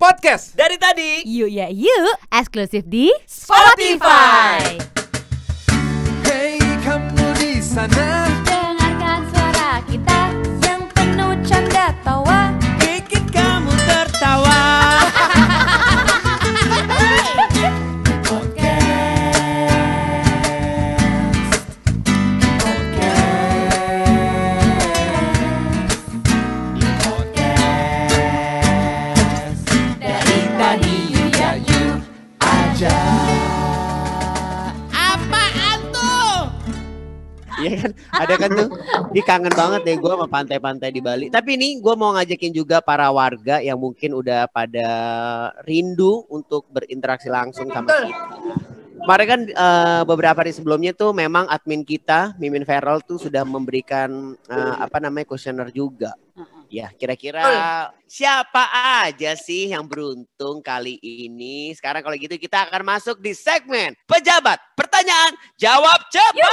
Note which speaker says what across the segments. Speaker 1: Podcast.
Speaker 2: Dari tadi
Speaker 3: Yuk ya yuk, eksklusif di
Speaker 2: Spotify.
Speaker 1: Hey kamu di sana,
Speaker 3: Dengarkan suara kita yang penuh canda tawa.
Speaker 2: bikin kamu tertawa.
Speaker 4: Iya kan? Ada kan tuh. Ini kangen banget deh gue sama pantai-pantai di Bali. Tapi ini gue mau ngajakin juga para warga yang mungkin udah pada rindu untuk berinteraksi langsung sama kita. Kemarin kan eh, beberapa hari sebelumnya tuh memang admin kita Mimin Feral tuh sudah memberikan eh, apa namanya kuesioner juga. Ya, kira-kira siapa aja sih yang beruntung kali ini? Sekarang kalau gitu kita akan masuk di segmen pejabat pertanyaan jawab cepat.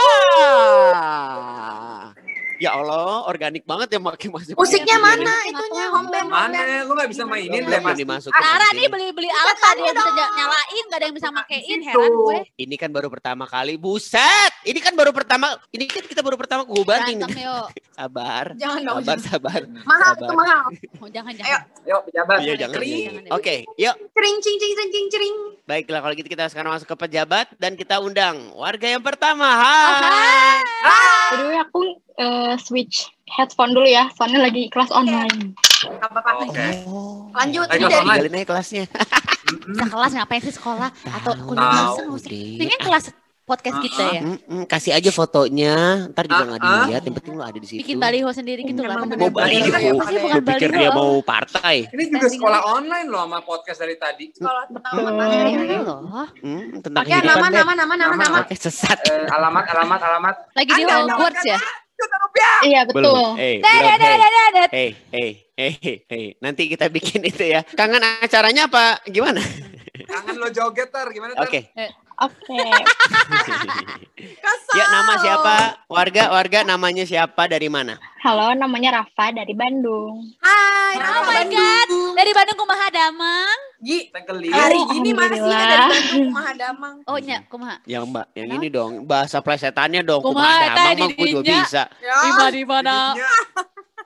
Speaker 4: Ya Allah, organik banget ya makin masuk.
Speaker 5: Musiknya mana?
Speaker 6: Nah,
Speaker 5: Itunya home band, home band.
Speaker 1: Mana lu nggak bisa mainin deh
Speaker 4: Belum
Speaker 1: mas.
Speaker 4: dimasukin.
Speaker 6: Tara
Speaker 4: pasti.
Speaker 6: nih beli-beli alat
Speaker 5: Cepetan
Speaker 6: ada yang bisa ja- nyalain, gak ada yang bisa makein, heran gue.
Speaker 4: Ini kan baru pertama kali. Buset, ini kan baru pertama. Ini kan kita baru pertama gue banding.
Speaker 6: Berantem yuk.
Speaker 4: Sabar,
Speaker 5: Jangan dong.
Speaker 4: sabar, sabar.
Speaker 5: Mahal
Speaker 4: Sabar.
Speaker 5: itu mahal.
Speaker 6: Oh, jangan,
Speaker 5: Ayo.
Speaker 6: jangan.
Speaker 1: Yuk pejabat.
Speaker 4: Iya, jangan.
Speaker 1: Kering.
Speaker 4: jangan. Oke, yuk.
Speaker 5: Cering cing cing cing cing cering.
Speaker 4: Baiklah kalau gitu kita sekarang masuk ke pejabat dan kita undang warga yang pertama.
Speaker 6: Ah.
Speaker 4: Hai.
Speaker 7: Aduh, aku eh, switch headphone dulu ya, soalnya lagi kelas online.
Speaker 5: Enggak apa-apa.
Speaker 4: Oh.
Speaker 1: Oke.
Speaker 5: Lanjut.
Speaker 1: Ayo,
Speaker 5: Dari-
Speaker 1: online.
Speaker 4: Tinggalin aja kelasnya. Iya.
Speaker 6: Bisa kelas ngapain sih sekolah atau
Speaker 4: Tahu,
Speaker 6: kuliah
Speaker 1: tahu,
Speaker 6: langsung usah.
Speaker 4: Dek.
Speaker 6: Pengen kan kelas podcast kita ya.
Speaker 4: Mm-mm, Ah, mm, kasih aja fotonya, ntar juga
Speaker 1: Ah,
Speaker 4: nggak
Speaker 1: ah.
Speaker 4: dilihat. Yang penting lo ada di situ.
Speaker 6: Bikin baliho sendiri gitu lah.
Speaker 5: Emang
Speaker 6: bener.
Speaker 4: Mau
Speaker 5: baliho.
Speaker 4: baliho.
Speaker 6: Pasti bukan
Speaker 4: Lu pikir
Speaker 6: baliho.
Speaker 4: dia mau partai?
Speaker 1: Ini juga sekolah online loh sama podcast dari tadi.
Speaker 5: Sekolah pertama
Speaker 7: Betul.
Speaker 5: mana ya?
Speaker 6: Iya loh.
Speaker 4: Hmm, tentang
Speaker 5: Pakai
Speaker 4: kehidupan
Speaker 5: nama
Speaker 4: deh.
Speaker 5: nama nama nama nama.
Speaker 4: Oke, sesat.
Speaker 1: Eh, alamat alamat alamat.
Speaker 6: Lagi di
Speaker 5: Ada, ada,
Speaker 6: Hogwarts ya.
Speaker 1: Juta rupiah.
Speaker 7: Iya,
Speaker 4: Belum.
Speaker 7: betul.
Speaker 4: Eh,
Speaker 6: Dah,
Speaker 4: belum.
Speaker 6: dah, dah,
Speaker 4: Hey.
Speaker 6: dah, dah, dah.
Speaker 4: Hey, hey, hey, hey, hey. Nanti kita bikin itu ya. Kangen acaranya apa gimana?
Speaker 1: Kangen lo joget tar gimana tar?
Speaker 4: Oke.
Speaker 7: Oke,
Speaker 5: Kesel.
Speaker 4: ya nama siapa? Warga, warga namanya siapa dari mana?
Speaker 7: halo, namanya Rafa dari Bandung.
Speaker 5: Hai.
Speaker 1: Oh
Speaker 5: nama
Speaker 6: my
Speaker 5: Bandung.
Speaker 6: God. Dari Bandung kumaha damang.
Speaker 5: Gi.
Speaker 1: Tengkeli.
Speaker 5: Hari gini masih
Speaker 7: Alhamdulillah.
Speaker 5: ada di Bandung Mahadamang.
Speaker 6: Oh iya, kumaha.
Speaker 4: Yang mbak, yang ini dong bahasa plesetannya dong.
Speaker 6: Kumaha,
Speaker 4: Kumaha
Speaker 6: tah,
Speaker 4: damang mah gua juga
Speaker 6: didinya.
Speaker 4: bisa.
Speaker 5: Ya.
Speaker 6: di
Speaker 1: Jadinya,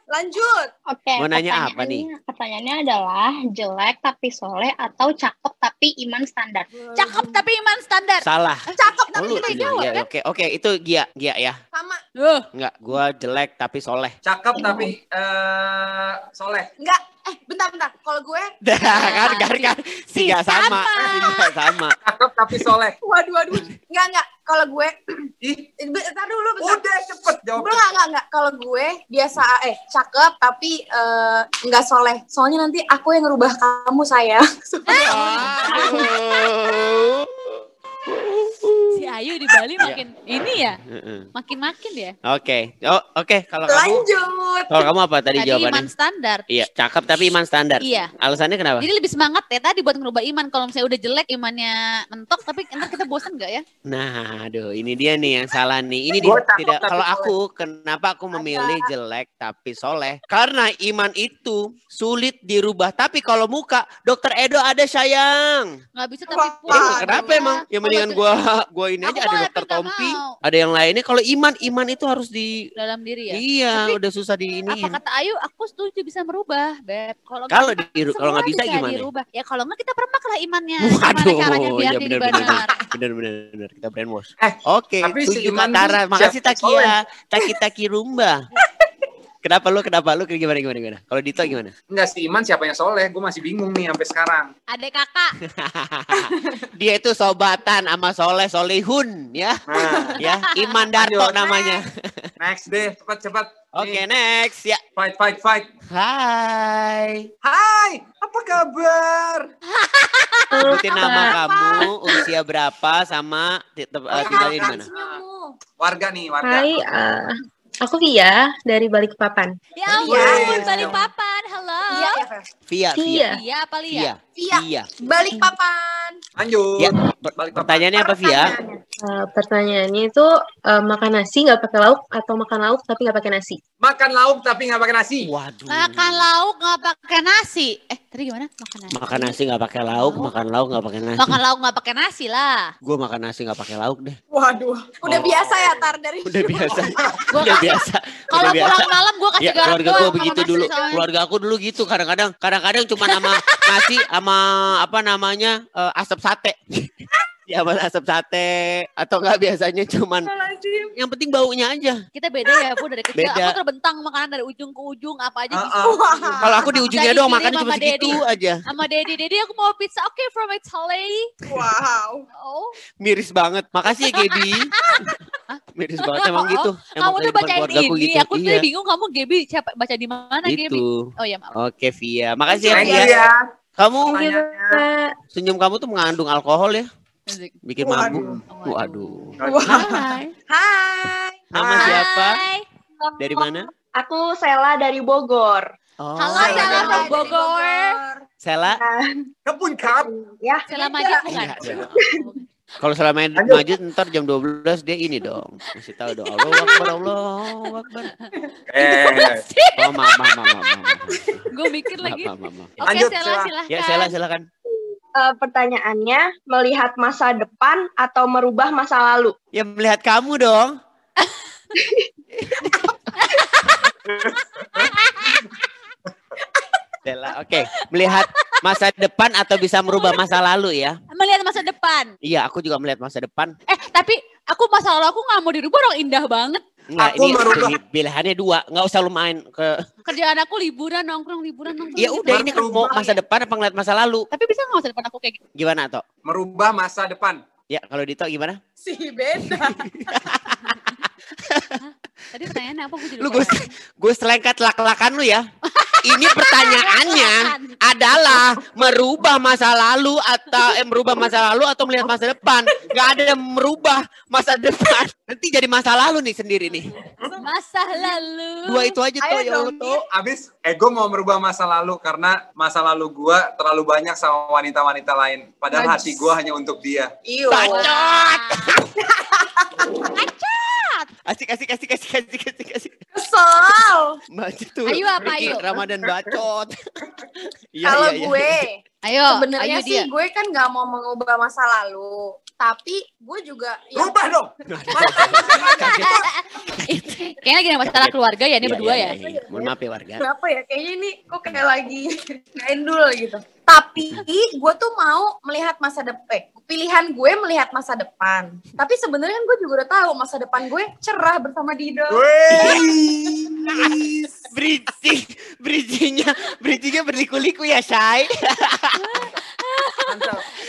Speaker 5: Lanjut.
Speaker 7: Oke,
Speaker 4: Mau nanya apa nih?
Speaker 7: pertanyaannya- Pertanyaannya adalah jelek tapi soleh atau cakep tapi iman standar.
Speaker 6: Cakep tapi iman standar.
Speaker 4: Salah.
Speaker 6: Cakep tapi
Speaker 4: Oh, lu,
Speaker 6: kita
Speaker 4: iya,
Speaker 6: jawab
Speaker 4: iya,
Speaker 6: kan.
Speaker 4: Oke, oke, itu Gia, Gia ya.
Speaker 5: Sama.
Speaker 6: Duh.
Speaker 4: Enggak, gua jelek tapi soleh.
Speaker 1: Cakep tapi eh soleh.
Speaker 5: Enggak. Eh, bentar bentar. Kalau gue
Speaker 4: Dah, kan, kan, kan.
Speaker 6: Si
Speaker 4: Tiga sama,
Speaker 6: sama.
Speaker 4: tiga sama.
Speaker 1: Cakep tapi soleh.
Speaker 5: waduh waduh. Enggak enggak. Kalau gue
Speaker 1: Ih,
Speaker 5: bentar dulu
Speaker 4: ya
Speaker 5: bentar.
Speaker 1: udah cepet jawab.
Speaker 5: Gue enggak, enggak, enggak. Kalau gue biasa, eh, cakep, tapi eh, enggak soleh. Soalnya nanti aku yang ngerubah kamu, sayang.
Speaker 6: Eh.
Speaker 4: Aduh.
Speaker 6: Si Ayu di Bali
Speaker 4: Iya.
Speaker 6: makin ini ya,
Speaker 4: Heeh.
Speaker 6: makin-makin ya.
Speaker 4: Oke, oh, oke. Kalau kamu,
Speaker 5: Lanjut.
Speaker 4: kalau kamu apa tadi
Speaker 6: Tadi
Speaker 4: jawabannya?
Speaker 6: iman standar.
Speaker 4: Iya, cakep tapi iman standar.
Speaker 6: Iya.
Speaker 4: Alasannya kenapa?
Speaker 6: Jadi lebih semangat ya tadi buat ngerubah iman. Kalau misalnya udah jelek imannya mentok, tapi ntar kita bosan nggak ya?
Speaker 4: Nah, aduh, ini dia nih yang salah nih. Ini
Speaker 1: Gua
Speaker 4: dia
Speaker 1: cakep
Speaker 4: tidak.
Speaker 1: tapi
Speaker 4: Kalau
Speaker 1: soleh.
Speaker 4: aku, kenapa aku memilih jelek tapi soleh? Karena iman itu sulit dirubah. Tapi kalau muka, Dokter Edo ada sayang.
Speaker 6: Nggak bisa tapi
Speaker 5: Wah,
Speaker 6: puas.
Speaker 4: Eh,
Speaker 5: Wah,
Speaker 4: kenapa
Speaker 6: Iya.
Speaker 4: emang? Ya
Speaker 6: Kalau
Speaker 4: mendingan
Speaker 6: jelek
Speaker 4: gua, gua ini
Speaker 6: Aku
Speaker 4: aja ada
Speaker 6: mau,
Speaker 4: Dokter
Speaker 6: tapi nggak
Speaker 4: Tompi,
Speaker 6: mau.
Speaker 4: ada yang lainnya. Kalau iman, iman itu harus di
Speaker 6: dalam diri ya.
Speaker 4: Iya, udah susah di ini.
Speaker 6: Apa kata Ayu? Aku setuju bisa merubah, beb. Kalau
Speaker 4: Kalau
Speaker 6: bisa,
Speaker 4: di kalau
Speaker 6: semua
Speaker 4: nggak bisa gimana?
Speaker 6: Dirubah. Ya kalau nggak kita permak lah imannya.
Speaker 4: Waduh,
Speaker 6: Gimana caranya biar
Speaker 4: iya
Speaker 6: jadi
Speaker 4: benar benar
Speaker 6: benar.
Speaker 4: benar benar benar kita brainwash.
Speaker 1: Eh,
Speaker 4: Oke,
Speaker 1: tapi si
Speaker 4: tujuh
Speaker 1: Iman
Speaker 4: Katara.
Speaker 1: siapa
Speaker 4: Makasih
Speaker 1: soleh?
Speaker 4: Takia, Taki Taki Rumba. kenapa lu kenapa lu gimana gimana gimana? Kalau Dito gimana?
Speaker 1: Enggak si Iman siapa yang soleh? Gue masih bingung nih sampai sekarang.
Speaker 6: Adek kakak.
Speaker 4: Dia itu sobatan sama Soleh Solihun ya.
Speaker 1: Nah,
Speaker 4: Ya, Iman Darto
Speaker 1: Ayo,
Speaker 4: namanya.
Speaker 1: next deh, cepat cepat. Nih,
Speaker 4: Oke, next ya.
Speaker 1: fight fight fight.
Speaker 4: Hai.
Speaker 1: Hai, apa kabar?
Speaker 4: Sebutin nama kamu, usia berapa sama ti- te- eh, tinggalnya di mana?
Speaker 5: Senyummu.
Speaker 1: Warga nih, warga.
Speaker 8: Hai, eh, aku Via dari Balikpapan.
Speaker 6: Ya
Speaker 5: Iya.
Speaker 6: ampun, balik papan. Halo.
Speaker 5: Iya, ya, Fer.
Speaker 4: Via, Via.
Speaker 8: Via.
Speaker 6: Iya apa Lia?
Speaker 4: Via.
Speaker 5: Iya.
Speaker 4: Via.
Speaker 5: Balik papan.
Speaker 1: Lanjut.
Speaker 4: Ya,
Speaker 1: Balik papan.
Speaker 4: pertanyaannya apa Via?
Speaker 5: Pertanyaannya.
Speaker 8: Eh, pertanyaannya itu eh, makan nasi nggak pakai lauk atau makan lauk tapi nggak pakai nasi?
Speaker 1: Makan lauk tapi nggak pakai nasi.
Speaker 4: Waduh.
Speaker 6: Makan lauk nggak pakai nasi. Eh, tadi gimana? Makan nasi.
Speaker 4: Hmm. Makan nasi nggak pakai lauk, makan lauk nggak pakai nasi.
Speaker 6: Makan lauk nggak pakai nasi lah.
Speaker 4: Gue makan nasi nggak pakai lauk deh.
Speaker 5: Waduh, udah
Speaker 4: Oh.
Speaker 5: biasa ya tar dari
Speaker 4: Udah biasa.
Speaker 6: Gua
Speaker 4: udah
Speaker 6: kasih-
Speaker 4: biasa.
Speaker 6: Kalau
Speaker 4: udah Iya, biasa.
Speaker 6: pulang malam gue kasih
Speaker 4: Ya,
Speaker 6: garam
Speaker 4: keluarga
Speaker 6: doang
Speaker 4: gue
Speaker 6: sama
Speaker 4: begitu
Speaker 6: nasi
Speaker 4: dulu.
Speaker 6: soalnya.
Speaker 4: Keluarga aku dulu gitu. Kadang-kadang, kadang-kadang cuma nama nasi sama apa namanya eh, asap sate. ya sama asap sate atau enggak biasanya cuman yang penting baunya aja.
Speaker 6: Kita beda ya, Bu dari kecil.
Speaker 4: Beda.
Speaker 6: Aku terbentang makanan dari ujung ke ujung apa aja
Speaker 1: Ah,
Speaker 6: bisa.
Speaker 1: ah.
Speaker 4: Kalau aku di ujungnya
Speaker 6: Dari
Speaker 4: doang
Speaker 6: sini
Speaker 4: makannya cuma
Speaker 6: Mama
Speaker 4: segitu aja.
Speaker 6: Sama Dedi, Dedi aku mau pizza. Oke, from Italy.
Speaker 5: Wow.
Speaker 6: Oh,
Speaker 4: Miris banget. Makasih ya Gedi. Miris banget emang gitu.
Speaker 6: Oh, kamu
Speaker 4: Emang
Speaker 6: tuh
Speaker 4: kehidupan
Speaker 6: bacain
Speaker 4: keluargaku
Speaker 6: ini.
Speaker 4: gitu.
Speaker 6: Aku tuh
Speaker 4: Iya,
Speaker 6: bingung kamu Gebi siapa baca di mana Gebi?
Speaker 4: gitu.
Speaker 6: Oh ya, maaf.
Speaker 4: Oke Via, makasih ya
Speaker 1: Thank
Speaker 4: Via.
Speaker 1: you ya.
Speaker 4: Kamu
Speaker 1: Pertanyaannya.
Speaker 8: Kak,
Speaker 4: senyum kamu tuh mengandung alkohol ya,
Speaker 6: Asik.
Speaker 4: bikin
Speaker 5: Waduh.
Speaker 4: mabuk. Waduh.
Speaker 6: Hai.
Speaker 5: Hai.
Speaker 4: Nama
Speaker 1: Hai.
Speaker 4: siapa? Dari mana?
Speaker 7: Aku Sela dari Bogor.
Speaker 4: Oh.
Speaker 6: Halo,
Speaker 1: Sela
Speaker 6: Sela
Speaker 1: dari
Speaker 6: from
Speaker 1: Bogor.
Speaker 6: Bogor.
Speaker 4: Sela.
Speaker 1: Kepun kap.
Speaker 7: Ya,
Speaker 6: Sela Majid bukan?
Speaker 4: Iya, Sela. Kalau Sela main
Speaker 1: Lanjut.
Speaker 4: maju ntar jam 12 dia ini dong. Kasih tahu dong. Allah Akbar, Allah Akbar.
Speaker 1: Eh,
Speaker 4: Oh, maaf, maaf, maaf, maaf. maaf.
Speaker 6: Gue mikir
Speaker 4: Maaf,
Speaker 6: lagi.
Speaker 4: maaf, maaf, maaf.
Speaker 6: Oke,
Speaker 1: Lanjut,
Speaker 6: Sela
Speaker 1: Sela.
Speaker 6: silahkan.
Speaker 4: Ya, Sela silakan.
Speaker 7: eh, pertanyaannya melihat masa depan atau merubah masa lalu?
Speaker 4: Ya melihat kamu dong. Sela, oke. Melihat masa depan atau bisa merubah masa lalu ya?
Speaker 6: Melihat masa depan.
Speaker 4: Iya, aku juga melihat masa depan.
Speaker 6: Eh, tapi aku masa lalu aku nggak mau dirubah dong indah banget.
Speaker 4: Enggak,
Speaker 1: Aku
Speaker 4: ini
Speaker 1: merubah.
Speaker 4: ini pilihannya dua. Enggak usah lu main ke
Speaker 6: Kerjaan aku liburan, nongkrong, liburan, nongkrong.
Speaker 4: Ya udah
Speaker 6: liburan.
Speaker 4: ini kan mau masa depan apa ngeliat masa lalu?
Speaker 6: Tapi bisa nggak masa depan aku kayak gitu?
Speaker 4: Gimana, Tok?
Speaker 1: merubah masa depan.
Speaker 4: Ya, kalau Dito gimana?
Speaker 5: Si beda.
Speaker 6: Tadi pertanyaannya apa? Gue jadi
Speaker 4: Lu
Speaker 6: lupa.
Speaker 4: gue gue selengkat lak-lakan lu ya. Ini pertanyaannya
Speaker 6: Makan.
Speaker 4: adalah merubah masa lalu atau eh, merubah masa lalu atau melihat masa depan. Gak ada yang merubah masa depan. Nanti jadi masa lalu nih sendiri nih.
Speaker 6: Masa lalu.
Speaker 4: Dua itu aja
Speaker 5: Ayo
Speaker 4: tuh ya
Speaker 5: dong,
Speaker 4: Allah, Tok.
Speaker 1: Abis ego mau merubah masa lalu karena masa lalu gua terlalu banyak sama wanita-wanita lain. Padahal hati gua hanya untuk dia.
Speaker 5: Iyo.
Speaker 4: Bacot.
Speaker 6: Bacot.
Speaker 4: Asik asik asik asik asik asik asik.
Speaker 5: Kesel.
Speaker 4: Bacot tuh.
Speaker 6: Ayo apa,
Speaker 4: Ricky
Speaker 6: ayo?
Speaker 4: Ramadan bacot. Iya,
Speaker 5: Kalau
Speaker 4: iya, iya.
Speaker 5: gue
Speaker 6: Ayo,
Speaker 5: sebenarnya
Speaker 6: Oh, ayo
Speaker 5: sih
Speaker 6: dia.
Speaker 5: gue kan nggak mau mengubah masa lalu, tapi gue juga
Speaker 6: Iya.
Speaker 5: ya,
Speaker 1: Rubah dong.
Speaker 4: iya.
Speaker 6: Kayaknya lagi ada masalah keluarga ya, ini
Speaker 4: Iya,
Speaker 6: berdua
Speaker 4: iya,
Speaker 6: ya.
Speaker 4: iya, iya. Mohon maaf ya warga.
Speaker 5: kenapa ya kayaknya ini kok kayak lagi endul gitu. Tapi gue tuh mau melihat masa depan. Pilihan gue melihat masa depan. Tapi sebenarnya kan gue juga udah tahu masa depan gue cerah bersama Dido.
Speaker 4: Bridging, bridgingnya, bridgingnya berliku-liku ya, Shay.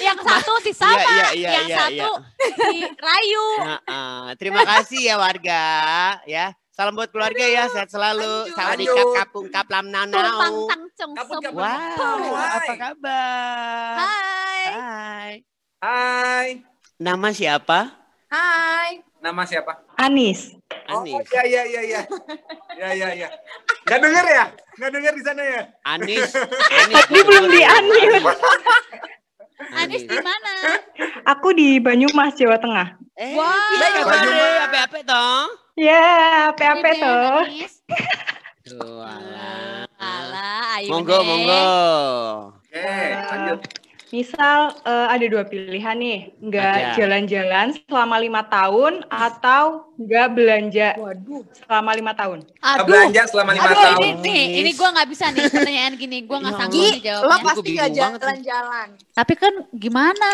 Speaker 6: Yang satu si sama,
Speaker 4: Iya, iya,
Speaker 6: yang
Speaker 4: iya,
Speaker 6: satu si Rayu.
Speaker 4: Nah, eh, terima kasih ya warga, ya. Salam buat keluarga ya, sehat selalu.
Speaker 5: Lanjut.
Speaker 4: Sawadikap kapung kaplam
Speaker 6: Tumpang
Speaker 4: nanau.
Speaker 6: tang ceng
Speaker 1: Kabut,
Speaker 6: sem-
Speaker 1: kabut.
Speaker 4: Wow, apa
Speaker 1: Hai.
Speaker 4: kabar?
Speaker 6: Hai.
Speaker 4: Hai.
Speaker 1: Hai.
Speaker 4: Nama siapa?
Speaker 5: Hai.
Speaker 1: Nama siapa?
Speaker 8: Anis.
Speaker 1: Oh,
Speaker 4: Anis.
Speaker 1: ya ya ya ya. Ya ya ya. Gak denger ya? Gak denger di sana ya?
Speaker 4: Anis. Anis. Tadi belum di Anis.
Speaker 6: Anis di mana?
Speaker 9: Aku di Banyumas, Jawa Tengah.
Speaker 4: Eh,
Speaker 6: Wow.
Speaker 4: apa kabar? Apa-apa dong?
Speaker 9: Ya, PAP
Speaker 7: Iya,
Speaker 6: Di
Speaker 9: tuh.
Speaker 6: Anis.
Speaker 4: Tuh, alah. eh?
Speaker 6: Alah, ayo.
Speaker 4: Monggo,
Speaker 6: Neng.
Speaker 4: monggo.
Speaker 1: Oke, lanjut.
Speaker 9: Misal eh, ada dua pilihan nih,
Speaker 4: Ada.
Speaker 9: nggak jalan-jalan selama lima tahun atau nggak belanja
Speaker 5: Waduh.
Speaker 9: selama lima tahun.
Speaker 6: Aduh.
Speaker 1: Belanja selama lima
Speaker 6: Aduh, ini
Speaker 1: tahun.
Speaker 6: nih, ini gue nggak bisa nih pertanyaan gini, gue nggak
Speaker 4: Ya
Speaker 6: sanggup nih
Speaker 4: Allah.
Speaker 5: Gi, lo
Speaker 6: jawabnya.
Speaker 5: pasti
Speaker 4: Gua
Speaker 5: gak
Speaker 4: bingung banget
Speaker 5: jalan-jalan.
Speaker 6: Tapi kan gimana?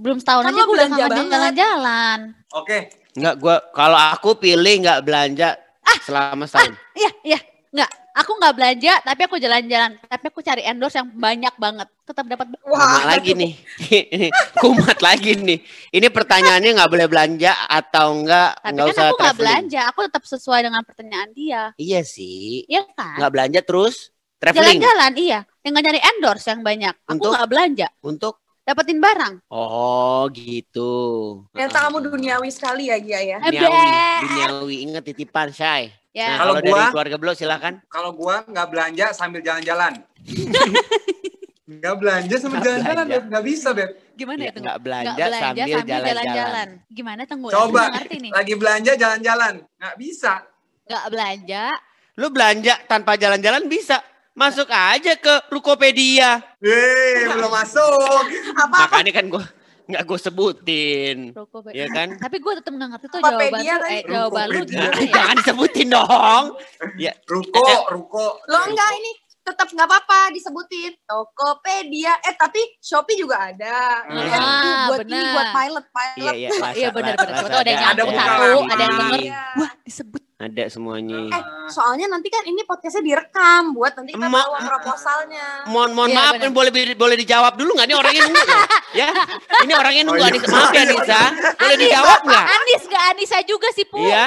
Speaker 6: Belum setahun
Speaker 5: Kan
Speaker 6: aja gue
Speaker 5: lo
Speaker 6: udah
Speaker 5: belanja
Speaker 6: kangen
Speaker 5: banget.
Speaker 6: jalan-jalan.
Speaker 1: Oke.
Speaker 4: Enggak, gua kalau aku pilih nggak belanja selama setahun.
Speaker 6: Iya, iya, nggak. Aku nggak belanja, tapi aku jalan-jalan. Tapi aku cari endorse yang banyak banget. Tetap dapat.
Speaker 4: Kumat lagi nih. Kumat lagi nih. Ini pertanyaannya nggak boleh belanja atau enggak
Speaker 6: Tapi
Speaker 4: nggak
Speaker 6: kan
Speaker 4: usah
Speaker 6: aku nggak
Speaker 4: traveling.
Speaker 6: belanja. Aku tetap sesuai dengan pertanyaan dia.
Speaker 4: Iya sih.
Speaker 6: Iya kan?
Speaker 4: Nggak belanja terus traveling
Speaker 6: Jalan-jalan, iya. Dengan cari endorse yang banyak. Aku
Speaker 4: Untuk?
Speaker 6: nggak belanja.
Speaker 4: untuk
Speaker 6: Dapetin barang.
Speaker 4: Oh, gitu.
Speaker 5: Ternyata kamu duniawi sekali ya, Gia ya.
Speaker 4: Duniawi,
Speaker 6: Eber.
Speaker 4: duniawi. Ingat titipan, Shay. Nah,
Speaker 6: Ya.
Speaker 4: kalau
Speaker 1: Kalau
Speaker 4: dari
Speaker 1: gua-
Speaker 4: keluarga Blo silakan.
Speaker 1: Kalau gua nggak belanja sambil jalan-jalan. Nggak belanja sambil
Speaker 4: Nggak
Speaker 1: jalan-jalan,
Speaker 4: belanja.
Speaker 1: Beb. Nggak bisa, Beb.
Speaker 6: Gimana
Speaker 4: Ya,
Speaker 6: itu?
Speaker 4: nggak belanja,
Speaker 6: Nggak belanja
Speaker 4: sambil jalan-jalan.
Speaker 6: Gimana Tenggu?
Speaker 1: Coba.
Speaker 6: Aku nggak ngerti nih.
Speaker 1: Lagi belanja jalan-jalan. Nggak bisa.
Speaker 6: Nggak belanja.
Speaker 4: Lu belanja tanpa jalan-jalan bisa. Masuk aja ke Rukopedia.
Speaker 1: Yeay, belum masuk.
Speaker 5: Apa-apa
Speaker 4: Makanya kan gua nggak gue sebutin.
Speaker 6: Rukopedia.
Speaker 4: Ya kan?
Speaker 6: Tapi gue tetap nggak ngerti tuh
Speaker 5: Rukopedia
Speaker 6: jawaban lu.
Speaker 5: tadi.
Speaker 6: Eh, jawaban lu
Speaker 1: Rukopedia.
Speaker 6: gimana ya?
Speaker 4: Jangan disebutin dong.
Speaker 6: Eh,
Speaker 1: Ruko, ruko.
Speaker 5: Lo enggak ini tetap nggak apa-apa disebutin Tokopedia eh tapi Shopee juga ada
Speaker 1: Ah,
Speaker 5: Ini aduh, buat ini
Speaker 6: benar.
Speaker 5: buat pilot pilot
Speaker 4: Iya, iya. Lasa-
Speaker 6: Iya benar
Speaker 4: la-
Speaker 6: benar.
Speaker 4: Lazada
Speaker 6: Tuh, Ada yang
Speaker 1: Ada
Speaker 6: nyambung satu,
Speaker 1: bukan.
Speaker 6: ada yang
Speaker 1: Iya.
Speaker 6: denger.
Speaker 5: Iya.
Speaker 6: Wah, disebut.
Speaker 4: Ada semuanya.
Speaker 5: eh soalnya nanti kan ini podcastnya direkam buat nanti kita
Speaker 4: Emak-
Speaker 5: bawa proposalnya
Speaker 4: Mohon mohon
Speaker 6: Iya,
Speaker 4: maaf
Speaker 6: benar.
Speaker 4: ini boleh di- boleh dijawab dulu nggak nih orangnya nunggu loh. ya? Ini orangnya nunggu
Speaker 1: Oh, iya.
Speaker 4: Anissa. Maaf ya Anissa. Boleh
Speaker 6: Anis,
Speaker 4: dijawab nggak?
Speaker 6: Anis nggak Anissa juga sih, Pu.
Speaker 4: Iya.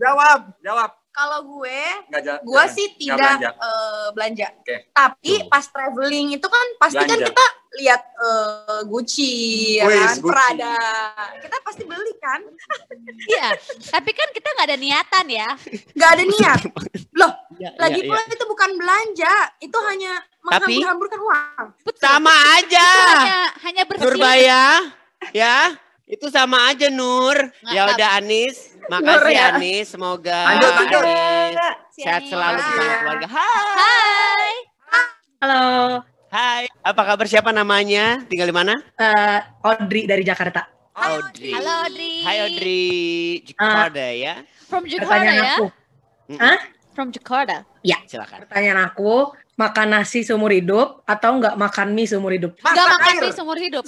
Speaker 1: Jawab, Eh, jawab.
Speaker 5: kalau gue
Speaker 1: Iya. Nggak jawab.
Speaker 5: gue sih tidak
Speaker 1: belanja.
Speaker 5: eh, belanja,
Speaker 1: Oke.
Speaker 5: tapi
Speaker 4: Tuh.
Speaker 5: pas traveling itu kan pasti kan
Speaker 1: Belanja.
Speaker 5: kita lihat eh, Gucci, ya
Speaker 1: Wih,
Speaker 5: kan?
Speaker 1: Gucci.
Speaker 5: Prada, kita pasti beli kan,
Speaker 6: Iya. Tapi kan kita nggak ada niatan ya.
Speaker 5: nggak ada niat. Loh,
Speaker 4: Iya,
Speaker 5: lagi
Speaker 4: iya,
Speaker 5: pula itu bukan belanja, itu hanya
Speaker 4: Tapi-
Speaker 5: menghambur-hamburkan uang.
Speaker 4: iya. Sama aja.
Speaker 6: Hanya hanya bersihin.
Speaker 4: Nurbaya, ya. Itu sama aja Nur.
Speaker 6: Nggak,
Speaker 4: ya
Speaker 6: nggak.
Speaker 4: udah Anis.
Speaker 5: Nur,
Speaker 4: Makasih
Speaker 5: ya.
Speaker 4: Anis. Semoga
Speaker 1: Lanjut, lanjut.
Speaker 6: Iya,
Speaker 4: Anis
Speaker 6: Si
Speaker 4: sehat
Speaker 5: Iya.
Speaker 6: Anis.
Speaker 4: selalu bersama keluarga.
Speaker 6: Hai.
Speaker 10: Halo,
Speaker 4: Hai, apa kabar siapa namanya? Tinggal di mana?
Speaker 10: eh, Audrey dari Jakarta.
Speaker 4: Audrey.
Speaker 6: Halo Audrey.
Speaker 4: Iya. Hai Audrey.
Speaker 10: Ah.
Speaker 4: Jakarta ya.
Speaker 6: From Jakarta
Speaker 10: Pertanyaan
Speaker 6: ya?
Speaker 10: aku,
Speaker 6: From Jakarta.
Speaker 4: Silakan.
Speaker 10: pertanyaan aku, makan nasi seumur hidup atau nggak makan mie seumur hidup?
Speaker 4: Ah,
Speaker 6: Gak
Speaker 1: Masak
Speaker 6: makan
Speaker 1: air.
Speaker 6: mie seumur hidup.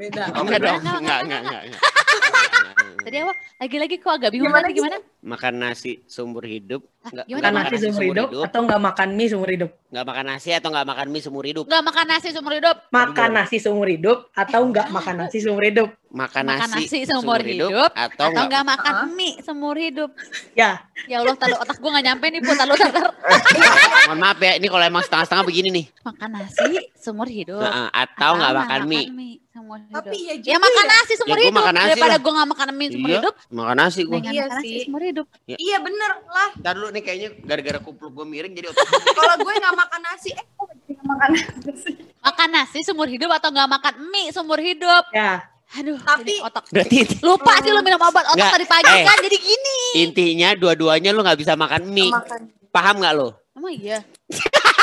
Speaker 10: Beda.
Speaker 4: Enggak dong.
Speaker 6: enggak,
Speaker 4: Enggak,
Speaker 6: enggak,
Speaker 4: enggak, enggak. enggak.
Speaker 6: Tadi apa? Lagi-lagi kok agak bingung
Speaker 5: Gimana
Speaker 6: tadi gimana?
Speaker 4: Makan nasi seumur hidup. Enggak,
Speaker 6: Ah, gimana?
Speaker 10: Makan nasi seumur hidup atau nggak makan mie seumur hidup?
Speaker 4: Enggak makan nasi atau enggak makan mie seumur hidup.
Speaker 6: Gak makan nasi seumur hidup.
Speaker 10: Makan nasi seumur hidup atau nggak makan nasi seumur hidup?
Speaker 4: Makan
Speaker 6: Makan
Speaker 4: nasi,
Speaker 6: nasi seumur hidup
Speaker 4: atau
Speaker 6: Atau
Speaker 4: enggak
Speaker 6: gak makan mie seumur hidup.
Speaker 10: Ya,
Speaker 6: Ya Allah, taruh otak gue gak nyampe nih, Put. Taruh, taruh.
Speaker 4: Mohon maaf ya, ini kalau emang setengah-setengah begini nih.
Speaker 6: Makan nasi seumur hidup.
Speaker 4: Heeh, atau Nah, nggak makan mie. iya
Speaker 6: seumur hidup.
Speaker 5: Tapi ya juga
Speaker 6: ya makan nasi seumur
Speaker 4: gua
Speaker 6: hidup.
Speaker 4: makan nasi
Speaker 6: Daripada
Speaker 4: lah.
Speaker 6: gue gak makan mie seumur
Speaker 4: Iya.
Speaker 6: hidup.
Speaker 4: Makan nasi gue.
Speaker 6: mendingan
Speaker 5: Iya
Speaker 6: makan nasi
Speaker 5: sih.
Speaker 6: seumur hidup.
Speaker 5: Iya bener lah.
Speaker 4: Ntar dulu nih kayaknya gara-gara kupluk gue miring jadi otak gua-
Speaker 5: Kalau gue nggak makan nasi, eh gue nggak makan nasi.
Speaker 6: Makan nasi seumur hidup atau gak makan mie seumur hidup.
Speaker 10: ya.
Speaker 6: Aduh,
Speaker 5: Tapi-
Speaker 6: jadi otak.
Speaker 4: Berarti inti-
Speaker 6: Lupa sih lu minum obat otak
Speaker 4: Nggak,
Speaker 6: tadi pagi
Speaker 4: eh.
Speaker 6: kan, jadi gini.
Speaker 4: intinya dua-duanya lu nggak bisa makan mie.
Speaker 5: Makan.
Speaker 4: Paham nggak lu?
Speaker 6: Emang iya.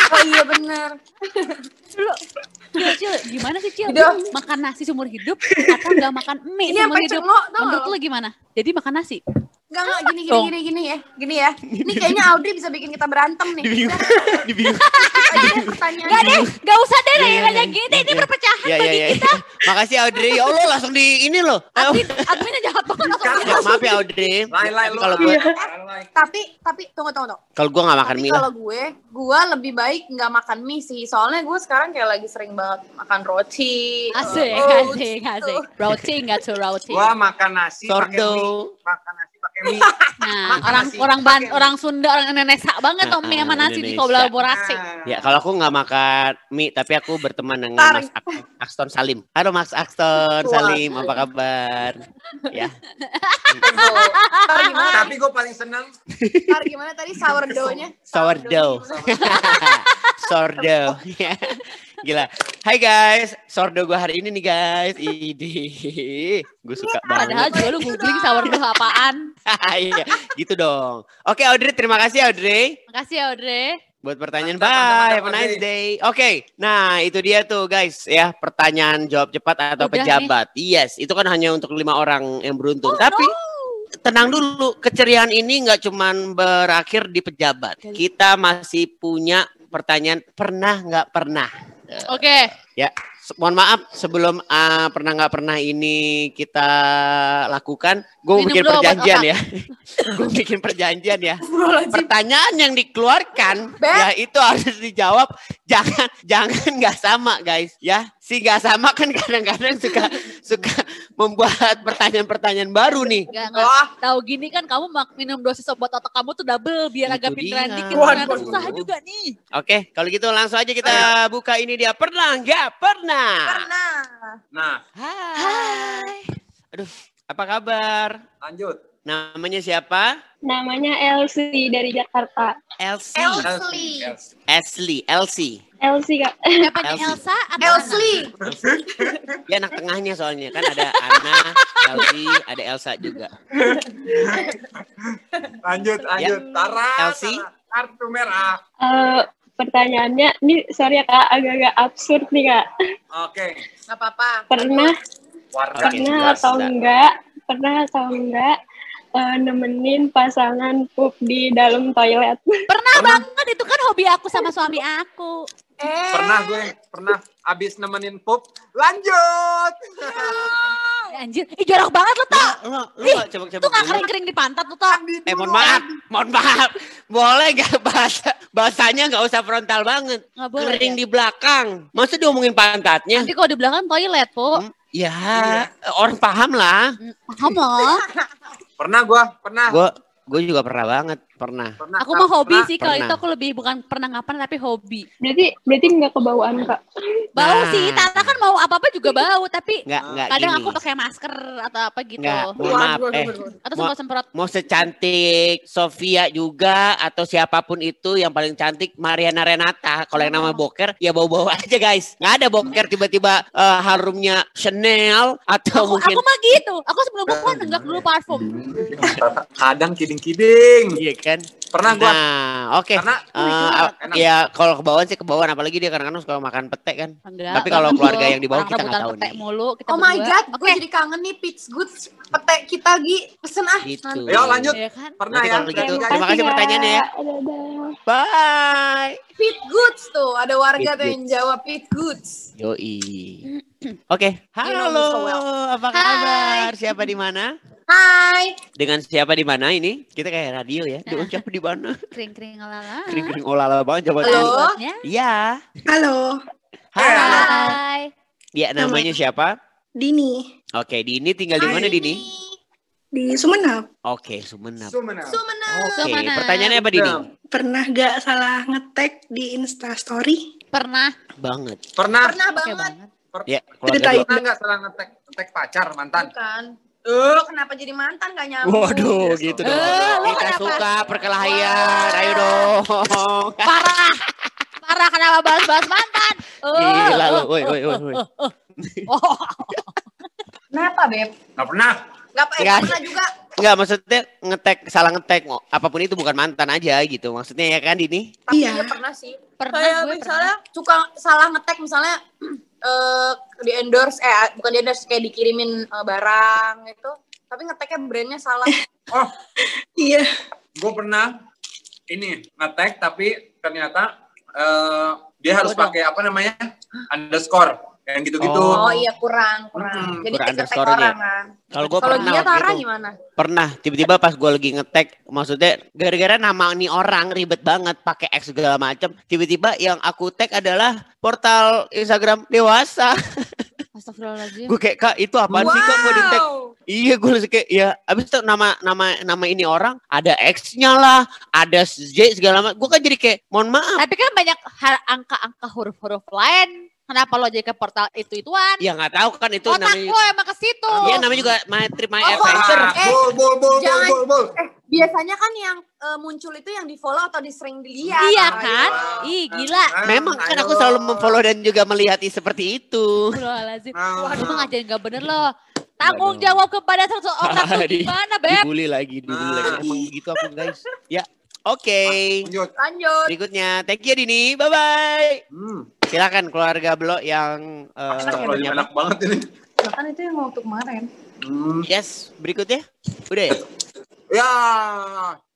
Speaker 5: Oh iya bener.
Speaker 6: Lu, Cil, Cil, gimana sih Cil?
Speaker 5: Hidup.
Speaker 6: Makan nasi seumur hidup atau gak makan mie
Speaker 5: Ini yang
Speaker 6: seumur hidup?
Speaker 5: cengok tau
Speaker 6: Menurut
Speaker 5: nggak
Speaker 6: lu
Speaker 5: lo?
Speaker 6: gimana? Jadi makan nasi.
Speaker 5: Enggak, enggak, gini, gini,
Speaker 6: Dong.
Speaker 5: gini, gini ya. Gini ya. Ini kayaknya Audrey bisa bikin kita berantem nih.
Speaker 4: Dibingung. Dibingung.
Speaker 5: Kayaknya pertanyaan.
Speaker 6: Gak deh, gak usah deh
Speaker 4: Iya,
Speaker 6: nanya-nanya
Speaker 4: iya,
Speaker 6: gini. Ini
Speaker 4: iya.
Speaker 6: perpecahan
Speaker 4: Ya ya
Speaker 6: bagi
Speaker 4: ya. Makasih Audrey. Ya Allah langsung di ini loh.
Speaker 6: admin. Adminnya jahat banget. langsung
Speaker 4: Ya, maaf ya Audrey.
Speaker 1: Lain, lain.
Speaker 4: Tapi
Speaker 1: lu.
Speaker 4: Kalau gue
Speaker 1: Lain.
Speaker 5: Tapi, tapi, tunggu, tunggu, tunggu.
Speaker 4: kalau gue nggak makan
Speaker 5: Tapi
Speaker 4: mie lah.
Speaker 5: kalau gue, gue lebih baik nggak makan mie sih. Soalnya gue sekarang kayak lagi sering banget makan roti.
Speaker 6: Asik,
Speaker 5: oats,
Speaker 6: asik, asik.
Speaker 5: gitu.
Speaker 6: Routing gak tuh routing.
Speaker 1: Gua makan nasi pakai
Speaker 4: Sordo.
Speaker 1: mie. Makan nasi pakai mie.
Speaker 6: Nah,
Speaker 1: makan
Speaker 6: orang
Speaker 1: nasi.
Speaker 6: orang ban,
Speaker 1: Pakai
Speaker 6: orang Sunda, orang Indonesia banget
Speaker 4: Ah,
Speaker 6: tuh mie sama
Speaker 4: ah,
Speaker 6: nasi
Speaker 4: Indonesia.
Speaker 6: dikolaborasi.
Speaker 1: Nah.
Speaker 4: Ya kalau aku nggak makan mie tapi aku berteman dengan
Speaker 5: Ntar.
Speaker 4: Mas Ak- Axton Salim. Halo Mas Axton
Speaker 5: Wah.
Speaker 4: Salim, apa kabar? Ya.
Speaker 5: Ntar gimana,
Speaker 1: Tapi gue paling seneng
Speaker 5: ntar gimana tadi sourdough-nya?
Speaker 4: Sourdough. Sordo. Ya. Gila. Hai guys, sordo gua hari ini nih guys. Idi. Gue suka
Speaker 5: Iya,
Speaker 6: Padahal
Speaker 4: banget.
Speaker 6: juga lu googling sourdough apaan.
Speaker 4: Iya, gitu dong. Oke Audrey, terima kasih Audrey.
Speaker 6: Makasih ya, Audrey.
Speaker 4: buat pertanyaan.
Speaker 1: Mantap, mantap,
Speaker 4: Bye,
Speaker 1: mantap,
Speaker 4: have a
Speaker 1: Audrey.
Speaker 4: nice day. Oke, nah itu dia tuh guys ya pertanyaan jawab cepat atau
Speaker 6: Udah
Speaker 4: pejabat. Yes, itu kan hanya untuk lima orang yang beruntung. Tapi tenang dulu, keceriaan ini nggak cuman berakhir di pejabat. Kita masih punya pertanyaan pernah nggak pernah.
Speaker 6: Oke,
Speaker 4: Ya, Se- Mohon maaf sebelum ah, pernah nggak pernah ini kita lakukan, gue
Speaker 6: Minum
Speaker 4: bikin
Speaker 6: dulu obat
Speaker 4: perjanjian ya. gue bikin perjanjian ya pertanyaan yang dikeluarkan
Speaker 5: Bet.
Speaker 4: ya itu harus dijawab jangan jangan nggak sama guys ya si nggak sama kan kadang-kadang suka suka membuat pertanyaan-pertanyaan baru nih
Speaker 6: nggak nggak
Speaker 5: Wah,
Speaker 6: tahu gini kan kamu mak- minum dosis obat otak kamu tuh double biar
Speaker 4: Itu
Speaker 6: agak pinteran
Speaker 4: dia.
Speaker 6: dikit.
Speaker 4: Waduh.
Speaker 6: Ternyata susah juga nih.
Speaker 4: oke kalau gitu langsung aja kita buka ini dia pernah nggak pernah
Speaker 5: pernah.
Speaker 1: Nah,
Speaker 4: Hai. aduh apa kabar
Speaker 1: lanjut.
Speaker 4: Namanya siapa?
Speaker 7: Namanya Elsie dari Jakarta.
Speaker 4: Elsie.
Speaker 5: Elsley.
Speaker 4: Ashley, Elsie.
Speaker 7: Elsie kak.
Speaker 6: Siapanya
Speaker 4: Elsie.
Speaker 6: Elsa
Speaker 5: Eh,
Speaker 6: atau
Speaker 5: Elsley.
Speaker 4: Dia anak tengahnya soalnya kan ada Anna, Elsie, ada Elsa juga.
Speaker 6: Ya.
Speaker 1: Lanjut, lanjut. Tara,
Speaker 4: Elsie?
Speaker 1: Tara, kartu merah.
Speaker 7: Eh, pertanyaannya, ini sorry ya kak, agak-agak absurd nih kak.
Speaker 1: Oke,
Speaker 5: Gak apa-apa.
Speaker 7: Pernah,
Speaker 1: warna.
Speaker 4: Oke,
Speaker 7: pernah
Speaker 4: jelas,
Speaker 7: atau
Speaker 4: Kak.
Speaker 7: enggak? Pernah atau enggak? eh, nemenin pasangan pup di dalam toilet.
Speaker 6: Pernah banget itu kan hobi aku sama suami aku.
Speaker 5: Eh,
Speaker 1: Pernah gue, pernah abis nemenin pup. Lanjut.
Speaker 6: Anjir, ih jorok banget lu tau.
Speaker 4: Lo, lo
Speaker 6: Ih,
Speaker 4: coba coba.
Speaker 6: Lu gak kering-kering di pantat lu tau.
Speaker 4: Eh mohon maaf, mohon maaf. Boleh gak bahasa bahasanya nggak usah frontal banget.
Speaker 6: Gak boleh.
Speaker 4: Kering
Speaker 6: ya?
Speaker 4: di belakang. Masa diomongin pantatnya?
Speaker 6: Nanti kalau di belakang toilet, Po.
Speaker 4: Hmm. Ya,
Speaker 7: Iya.
Speaker 4: orang paham lah.
Speaker 6: Hmm, Paham loh.
Speaker 1: Pernah gue, pernah.
Speaker 6: Ah.
Speaker 4: Gue gue juga pernah banget, pernah.
Speaker 1: pernah.
Speaker 6: Aku mah hobi
Speaker 1: Pernah.
Speaker 6: sih kalau
Speaker 4: Pernah.
Speaker 6: itu aku lebih bukan pernah ngapain tapi hobi.
Speaker 7: Berarti berarti enggak kebawaan kak.
Speaker 6: Bau
Speaker 4: Nah.
Speaker 6: sih, Tata kan mau apa-apa juga bau, tapi
Speaker 4: Nggak nggak
Speaker 6: kadang
Speaker 4: gini.
Speaker 6: aku pakai masker atau apa gitu.
Speaker 4: Nggak, mohon
Speaker 10: Waduh,
Speaker 4: maaf.
Speaker 10: waduh,
Speaker 4: Eh,
Speaker 10: waduh.
Speaker 6: Atau
Speaker 4: Mau-
Speaker 6: semprot-semprot.
Speaker 4: mau secantik Sofia juga atau siapapun itu yang paling cantik Mariana Renata kalau yang
Speaker 1: Oh.
Speaker 4: nama boker ya bau-bau aja guys nggak ada boker tiba-tiba eh, harumnya Chanel
Speaker 6: Aku,
Speaker 4: atau mungkin
Speaker 6: aku
Speaker 4: Hmm.
Speaker 6: mah gitu. Aku sebelum buka nenggak dulu parfum.
Speaker 1: Tara, Kadang kiding-kiding.
Speaker 4: iya kan
Speaker 1: Pernah gue.
Speaker 4: nah oke
Speaker 1: Karena
Speaker 4: Eh,
Speaker 1: enak.
Speaker 4: ya kalau kebawaan sih kebawaan apalagi dia kadang-kadang suka makan petek kan
Speaker 6: Enggak.
Speaker 4: Tapi kalau
Speaker 6: orang
Speaker 4: keluarga
Speaker 6: dulu
Speaker 4: yang di bawah
Speaker 6: orang
Speaker 4: kita nggak
Speaker 6: rebutan
Speaker 4: tahu
Speaker 6: petek
Speaker 4: nih.
Speaker 6: mulu, kita
Speaker 5: Oh my
Speaker 6: berdua.
Speaker 5: god,
Speaker 6: Oke.
Speaker 5: gue jadi kangen nih Peach Goods petek kita Gi. Pesen ah.
Speaker 4: Gitu.
Speaker 5: nanti.
Speaker 1: Ayo lanjut.
Speaker 6: Iya kan?
Speaker 1: Pernah
Speaker 4: Nanti
Speaker 1: ya.
Speaker 4: kalau gitu, begitu,
Speaker 1: guys,
Speaker 4: terima
Speaker 1: guys.
Speaker 4: kasih pertanyaannya ya.
Speaker 7: Dadah.
Speaker 4: bye
Speaker 5: Peach Goods tuh, ada warga
Speaker 4: Peach
Speaker 5: tuh yang
Speaker 4: Goods.
Speaker 5: jawab Peach Goods.
Speaker 4: yoi Oke,
Speaker 5: know me so
Speaker 4: halo,
Speaker 5: well.
Speaker 4: apa kabar? Siapa di mana?
Speaker 5: Hai,
Speaker 4: Dengan siapa di mana ini? Kita kayak radio ya. Dia siapa di mana?
Speaker 6: Kering-kering lala.
Speaker 4: Kering-kering olala banget coba
Speaker 5: Halo?
Speaker 6: Buatnya.
Speaker 4: Iya.
Speaker 8: Halo,
Speaker 4: Hai.
Speaker 6: Hai.
Speaker 4: Ya namanya siapa?
Speaker 8: Dini
Speaker 4: Oke, Dini tinggal di mana Dini?
Speaker 8: di Sumenep.
Speaker 4: Oke, Sumenep.
Speaker 5: ya?
Speaker 1: Sumenep.
Speaker 5: Sumenep.
Speaker 4: Oke,
Speaker 6: Sumenep.
Speaker 4: pertanyaannya
Speaker 1: Iya.
Speaker 4: apa Dini?
Speaker 8: Pernah gak salah ngetek di Instastory?
Speaker 6: Pernah.
Speaker 4: Banget.
Speaker 1: Pernah,
Speaker 5: Pernah
Speaker 6: Oke
Speaker 5: banget.
Speaker 6: banget.
Speaker 4: Ya, keluarga
Speaker 8: Ceritain.
Speaker 4: dulu.
Speaker 1: pernah nggak salah ngetek, ngetek pacar mantan?
Speaker 5: Bukan. Eh, kenapa jadi mantan gak nyambung?
Speaker 4: Waduh, gitu dong.
Speaker 6: Eh, lu
Speaker 4: Kita
Speaker 6: kenapa?
Speaker 4: suka perkelahian. Ayo dong.
Speaker 6: Parah. Parah kenapa bahas-bahas mantan?
Speaker 4: Oh.
Speaker 6: Eh,
Speaker 4: Gila lu. Woi, woi, woi, woi.
Speaker 6: Oh,
Speaker 5: Kenapa, Beb?
Speaker 1: Nggak pernah.
Speaker 5: Gak, eh,
Speaker 4: Nggak.
Speaker 5: gak pernah juga.
Speaker 4: Enggak, maksudnya ngetek salah ngetek mau apapun itu bukan mantan aja gitu. Maksudnya ya kan Dini?
Speaker 5: Tapi
Speaker 8: Iya.
Speaker 5: iya pernah sih.
Speaker 6: pernah
Speaker 5: Kayak
Speaker 6: gue
Speaker 5: misalnya suka salah ngetek misalnya eh di endorse eh bukan di endorse kayak dikirimin eh, barang gitu. Tapi ngeteknya brandnya salah.
Speaker 8: Iya.
Speaker 1: Gue pernah ini ngetek tapi ternyata eh, dia harus pakai apa namanya underscore yang gitu-gitu. Ah,
Speaker 4: Oh.
Speaker 5: Oh, iya kurang,
Speaker 1: Hmm,
Speaker 5: kurang. jadi
Speaker 4: kurang
Speaker 5: tek ngetek
Speaker 4: underscore-nya.
Speaker 5: orang kan.
Speaker 4: Kalau gue
Speaker 5: Kalau
Speaker 4: pernah
Speaker 5: dia
Speaker 4: waktu
Speaker 5: Tara
Speaker 4: itu.
Speaker 5: gimana?
Speaker 4: Pernah, tiba-tiba pas gue lagi ngetek, maksudnya gara-gara nama nih orang ribet banget, pakai X segala macam. Tiba-tiba yang aku tag adalah portal Instagram dewasa.
Speaker 6: pernah. Astagfirullahaladzim.
Speaker 4: gue kayak kak itu apaan sih kak gue di tag? Iya gue langsung kayak ya abis itu nama nama nama ini orang ada X-nya lah, ada Z segala macam. Gue kan jadi kayak mohon maaf.
Speaker 6: Tapi kan banyak har- angka-angka huruf-huruf lain. Kenapa lo jadi ke portal itu-ituan?
Speaker 4: Ya nggak tahu kan itu
Speaker 6: Otak
Speaker 4: namanya.
Speaker 6: lo emang ke situ.
Speaker 4: Iya namanya juga my trip my
Speaker 5: Oh,
Speaker 4: adventure.
Speaker 1: Ah,
Speaker 5: Eh,
Speaker 1: bol, bol, bol, bol,
Speaker 5: jangan-
Speaker 1: bol, bol.
Speaker 5: Biasanya kan yang eh, muncul itu yang di follow atau di sering dilihat.
Speaker 6: Iya
Speaker 5: Nah,
Speaker 6: kan?
Speaker 5: gitu.
Speaker 6: Ih, gila.
Speaker 1: Ah,
Speaker 4: Memang kan
Speaker 1: ayo.
Speaker 4: aku selalu memfollow dan juga melihati seperti itu.
Speaker 6: Astagfirullahaladzim.
Speaker 1: Ah.
Speaker 6: Waduh, emang ngajarin gak bener loh. Tanggung jawab kepada satu orang tuh
Speaker 4: Di-
Speaker 6: gimana, Beb?
Speaker 4: Dibully lagi, dibully lagi.
Speaker 1: Ah.
Speaker 4: Emang begitu aku guys. Ya, oke.
Speaker 1: Lanjut.
Speaker 5: Lanjut.
Speaker 4: Berikutnya, thank you Dini. Bye bye.
Speaker 1: Hmm.
Speaker 4: Silakan keluarga Blok yang eh,
Speaker 1: Astagfirullahaladzim,
Speaker 4: menyapa.
Speaker 1: enak banget ini.
Speaker 5: Kan itu yang waktu kemarin.
Speaker 1: Hmm.
Speaker 4: Yes, berikutnya. Udah ya?
Speaker 1: Ya,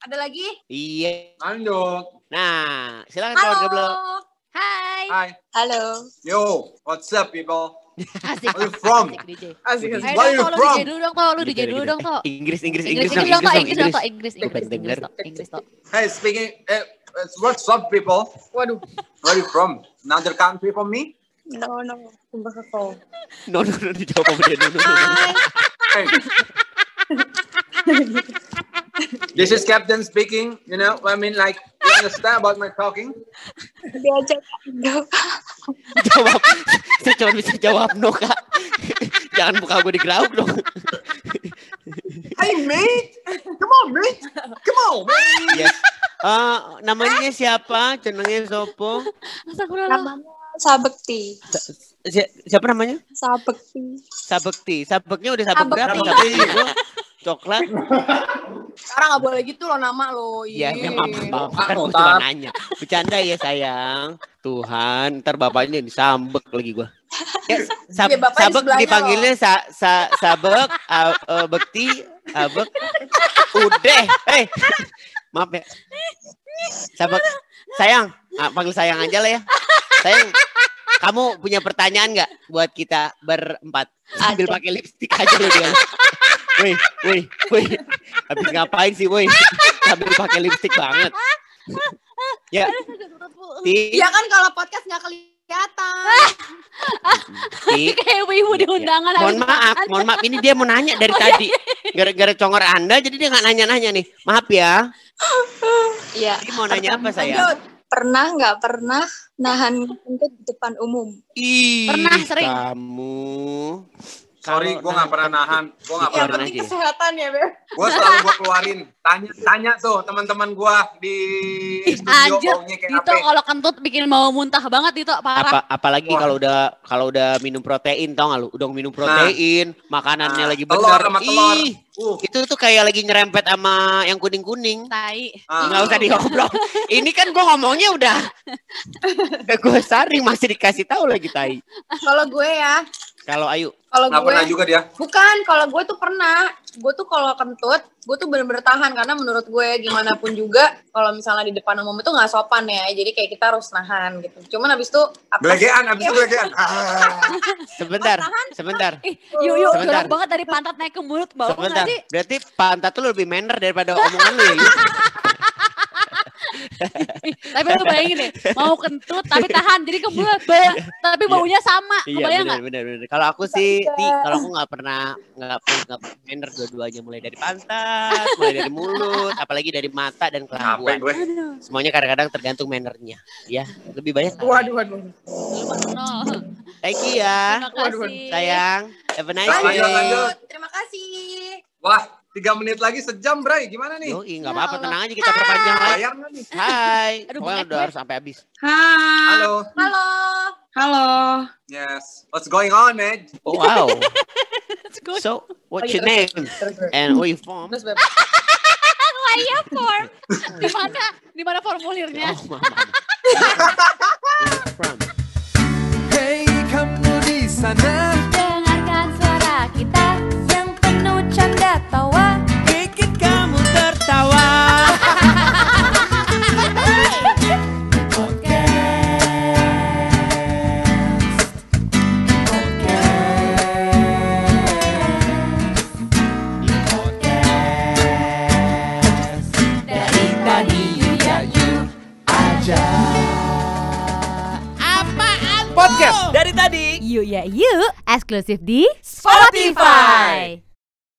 Speaker 5: Ada lagi?
Speaker 4: Iya.
Speaker 1: lanjut.
Speaker 4: Nah, silakan keluarga
Speaker 5: Halo.
Speaker 4: Blok.
Speaker 6: Hai.
Speaker 1: Hi.
Speaker 7: Halo.
Speaker 1: Yo, what's up people?
Speaker 6: Asik.
Speaker 1: Where you from?
Speaker 6: Asik DJ.
Speaker 5: Asik.
Speaker 6: Ayo
Speaker 1: Where you
Speaker 6: dong, Toh, lu
Speaker 1: from?
Speaker 6: DJ dulu dong, Toh. Lu
Speaker 4: Gitu,
Speaker 6: DJ dulu
Speaker 4: gitu.
Speaker 6: dong, Toh.
Speaker 4: Eh, Inggris, Inggris,
Speaker 6: Inggris,
Speaker 4: Inggris,
Speaker 6: Inggris dong, Toh.
Speaker 4: dong,
Speaker 6: Inggris dong, Toh. Inggris,
Speaker 4: Inggris. Gue
Speaker 6: Inggris,
Speaker 4: pengen
Speaker 6: Inggris,
Speaker 4: denger.
Speaker 6: Toh. Inggris, Toh.
Speaker 1: Hey, speaking. eh, eh, what's up people?
Speaker 5: Waduh.
Speaker 1: Where you from? Another country from me?
Speaker 7: No no.
Speaker 4: No, no, no, dijawab sama dia. No, no, no, no.
Speaker 1: Hey. this is Captain speaking. You know, I mean, like, you understand about my talking?
Speaker 7: Diajak Indo.
Speaker 4: Jawab. Saya cuma bisa jawab no, Kak. Jangan buka gue di dong.
Speaker 1: Hey mate, come on mate, come on mate.
Speaker 4: Yes. Eh, namanya siapa? Jenenge sopo?
Speaker 6: Astagfirullah.
Speaker 7: Namanya Sabekti.
Speaker 4: Si- siapa namanya?
Speaker 7: Sabekti.
Speaker 4: Sabekti. Sabeknya udah sabek
Speaker 5: Sabekti.
Speaker 4: berapa? Sabek itu coklat.
Speaker 5: Sekarang nggak boleh gitu loh nama lo.
Speaker 4: Iya,
Speaker 5: Ih.
Speaker 4: ya, maaf, maaf.
Speaker 1: Otak,
Speaker 4: Kan gua cuma
Speaker 1: otak.
Speaker 4: nanya. Bercanda ya sayang. Tuhan, ntar bapaknya disambek lagi gua. Ya, sab-
Speaker 5: Iya, bapaknya
Speaker 4: sabek
Speaker 5: sebelahnya
Speaker 4: dipanggilnya sa- sa- sabek, a- eh, bekti, abek. Udah, eh. Maaf ya. Sabek, sayang. Ah, panggil sayang aja lah ya. Sayang, kamu punya pertanyaan nggak buat kita berempat? Sambil pakai lipstick aja lu dia. Woi, woi, woi. Habis ngapain sih, woi? Sambil pakai lipstick banget. ya, Ti,
Speaker 5: Iya kan kalau podcast nggak kelihatan.
Speaker 4: Ti.
Speaker 5: ya.
Speaker 6: Kayak ibu-ibu di undangan.
Speaker 4: Iya, Mohon maaf, mohon maaf. Ini dia mau nanya
Speaker 6: Oh,
Speaker 4: dari
Speaker 6: iya,
Speaker 4: tadi. Gara-gara congor Anda, jadi dia nggak nanya-nanya nih. Maaf ya.
Speaker 7: Iya.
Speaker 4: Ini mau nanya apa saya?
Speaker 5: Lanjut.
Speaker 7: Pernah nggak pernah nahan kentut di depan umum?
Speaker 4: Ih,
Speaker 6: Pernah, sering.
Speaker 4: Kamu.
Speaker 1: Sorry,
Speaker 4: Kalau Iya.
Speaker 1: gue nggak pernah nahan. Gue nggak
Speaker 5: Yang
Speaker 1: pernah.
Speaker 5: penting
Speaker 4: aja.
Speaker 5: kesehatan ya, Beb.
Speaker 1: Gue selalu gue keluarin. Tanya, tanya tuh teman-teman gue di studio
Speaker 6: Anjir,
Speaker 1: maunya kayak
Speaker 6: Dito
Speaker 1: apa. ya?
Speaker 6: kalau kentut bikin mau muntah banget Dito, parah.
Speaker 4: Apa, apalagi kalau udah kalau udah minum protein tau gak lu udah minum protein makanannya lagi
Speaker 1: Nah. telur
Speaker 4: benar
Speaker 1: sama telur.
Speaker 4: Ih,
Speaker 1: Uh,
Speaker 4: itu tuh kayak lagi nyerempet sama yang kuning kuning
Speaker 6: Tai.
Speaker 1: ah.
Speaker 4: nggak usah diobrol ini kan gue ngomongnya udah udah gue saring masih dikasih tahu lagi tai
Speaker 5: Kalau gue ya,
Speaker 4: kalau Ayu
Speaker 5: kalau
Speaker 1: Nggak
Speaker 5: gue
Speaker 1: pernah juga dia.
Speaker 5: bukan kalau gue tuh pernah, gue tuh kalau kentut, gue tuh bener-bener tahan karena menurut gue gimana pun juga kalau misalnya di depan umum itu nggak sopan ya. Jadi kayak kita harus nahan gitu. Cuman abis itu apa?
Speaker 1: Belegean, abis itu belegean. Ah.
Speaker 4: sebentar sebentar
Speaker 6: Ih, yuk yuk
Speaker 4: Sebentar.
Speaker 6: jorok banget dari pantat naik ke mulut bau
Speaker 4: Sebentar,
Speaker 6: nggak sih?
Speaker 4: berarti pantat lu lebih manner daripada omongan lu ya? Yu?
Speaker 6: Ih, tapi lu bayangin deh, mau kentut tapi tahan jadi ke mulut, bau- tapi baunya sama.
Speaker 4: Iya
Speaker 6: Kebayang
Speaker 4: benar
Speaker 6: nggak?
Speaker 4: benar benar. Kalau aku sih, Ti, kalau aku nggak pernah nggak pernah nggak pernah manner dua-duanya mulai dari pantat, mulai dari mulut, apalagi dari mata dan
Speaker 1: Capek
Speaker 4: kelakuan.
Speaker 1: gue.
Speaker 4: Semuanya kadang-kadang tergantung mannernya, ya. Lebih banyak.
Speaker 10: Waduh, waduh.
Speaker 6: Lu Pak Nono.
Speaker 4: Thank you ya,
Speaker 6: Terima kasih.
Speaker 4: sayang. Have a nice
Speaker 1: Lanjut,
Speaker 4: day.
Speaker 1: lanjut.
Speaker 5: Terima kasih.
Speaker 1: Wah, tiga menit lagi sejam, Bray. Gimana nih?
Speaker 4: Yoi, nggak apa-apa,
Speaker 6: Ya Allah.
Speaker 4: tenang aja kita perpanjang lagi.
Speaker 1: Bayar nggak nih?
Speaker 4: Hai,
Speaker 6: Aduh,
Speaker 4: pokoknya
Speaker 6: banyak
Speaker 4: udah
Speaker 6: gue.
Speaker 4: harus sampai habis.
Speaker 10: Hai.
Speaker 1: Halo.
Speaker 5: Halo.
Speaker 10: Halo.
Speaker 1: Yes. What's going on, Ed?
Speaker 4: Oh, wow.
Speaker 6: Let's go.
Speaker 4: So, what's
Speaker 5: Oke,
Speaker 4: your name
Speaker 5: Terus, Beb.
Speaker 4: and where you from?
Speaker 5: Terus, Beb.
Speaker 6: Wah, iya form. Di mana? Di mana formulirnya?
Speaker 2: Ya.
Speaker 4: Oh, mama. Where you from?
Speaker 2: Hey kamu di sana
Speaker 3: Dengarkan suara kita yang penuh canda tawa
Speaker 2: Bikin kamu tertawa
Speaker 3: Dari tadi ya
Speaker 2: Podcast dari tadi
Speaker 3: Yuk ya yuk Eksklusif di
Speaker 2: Spotify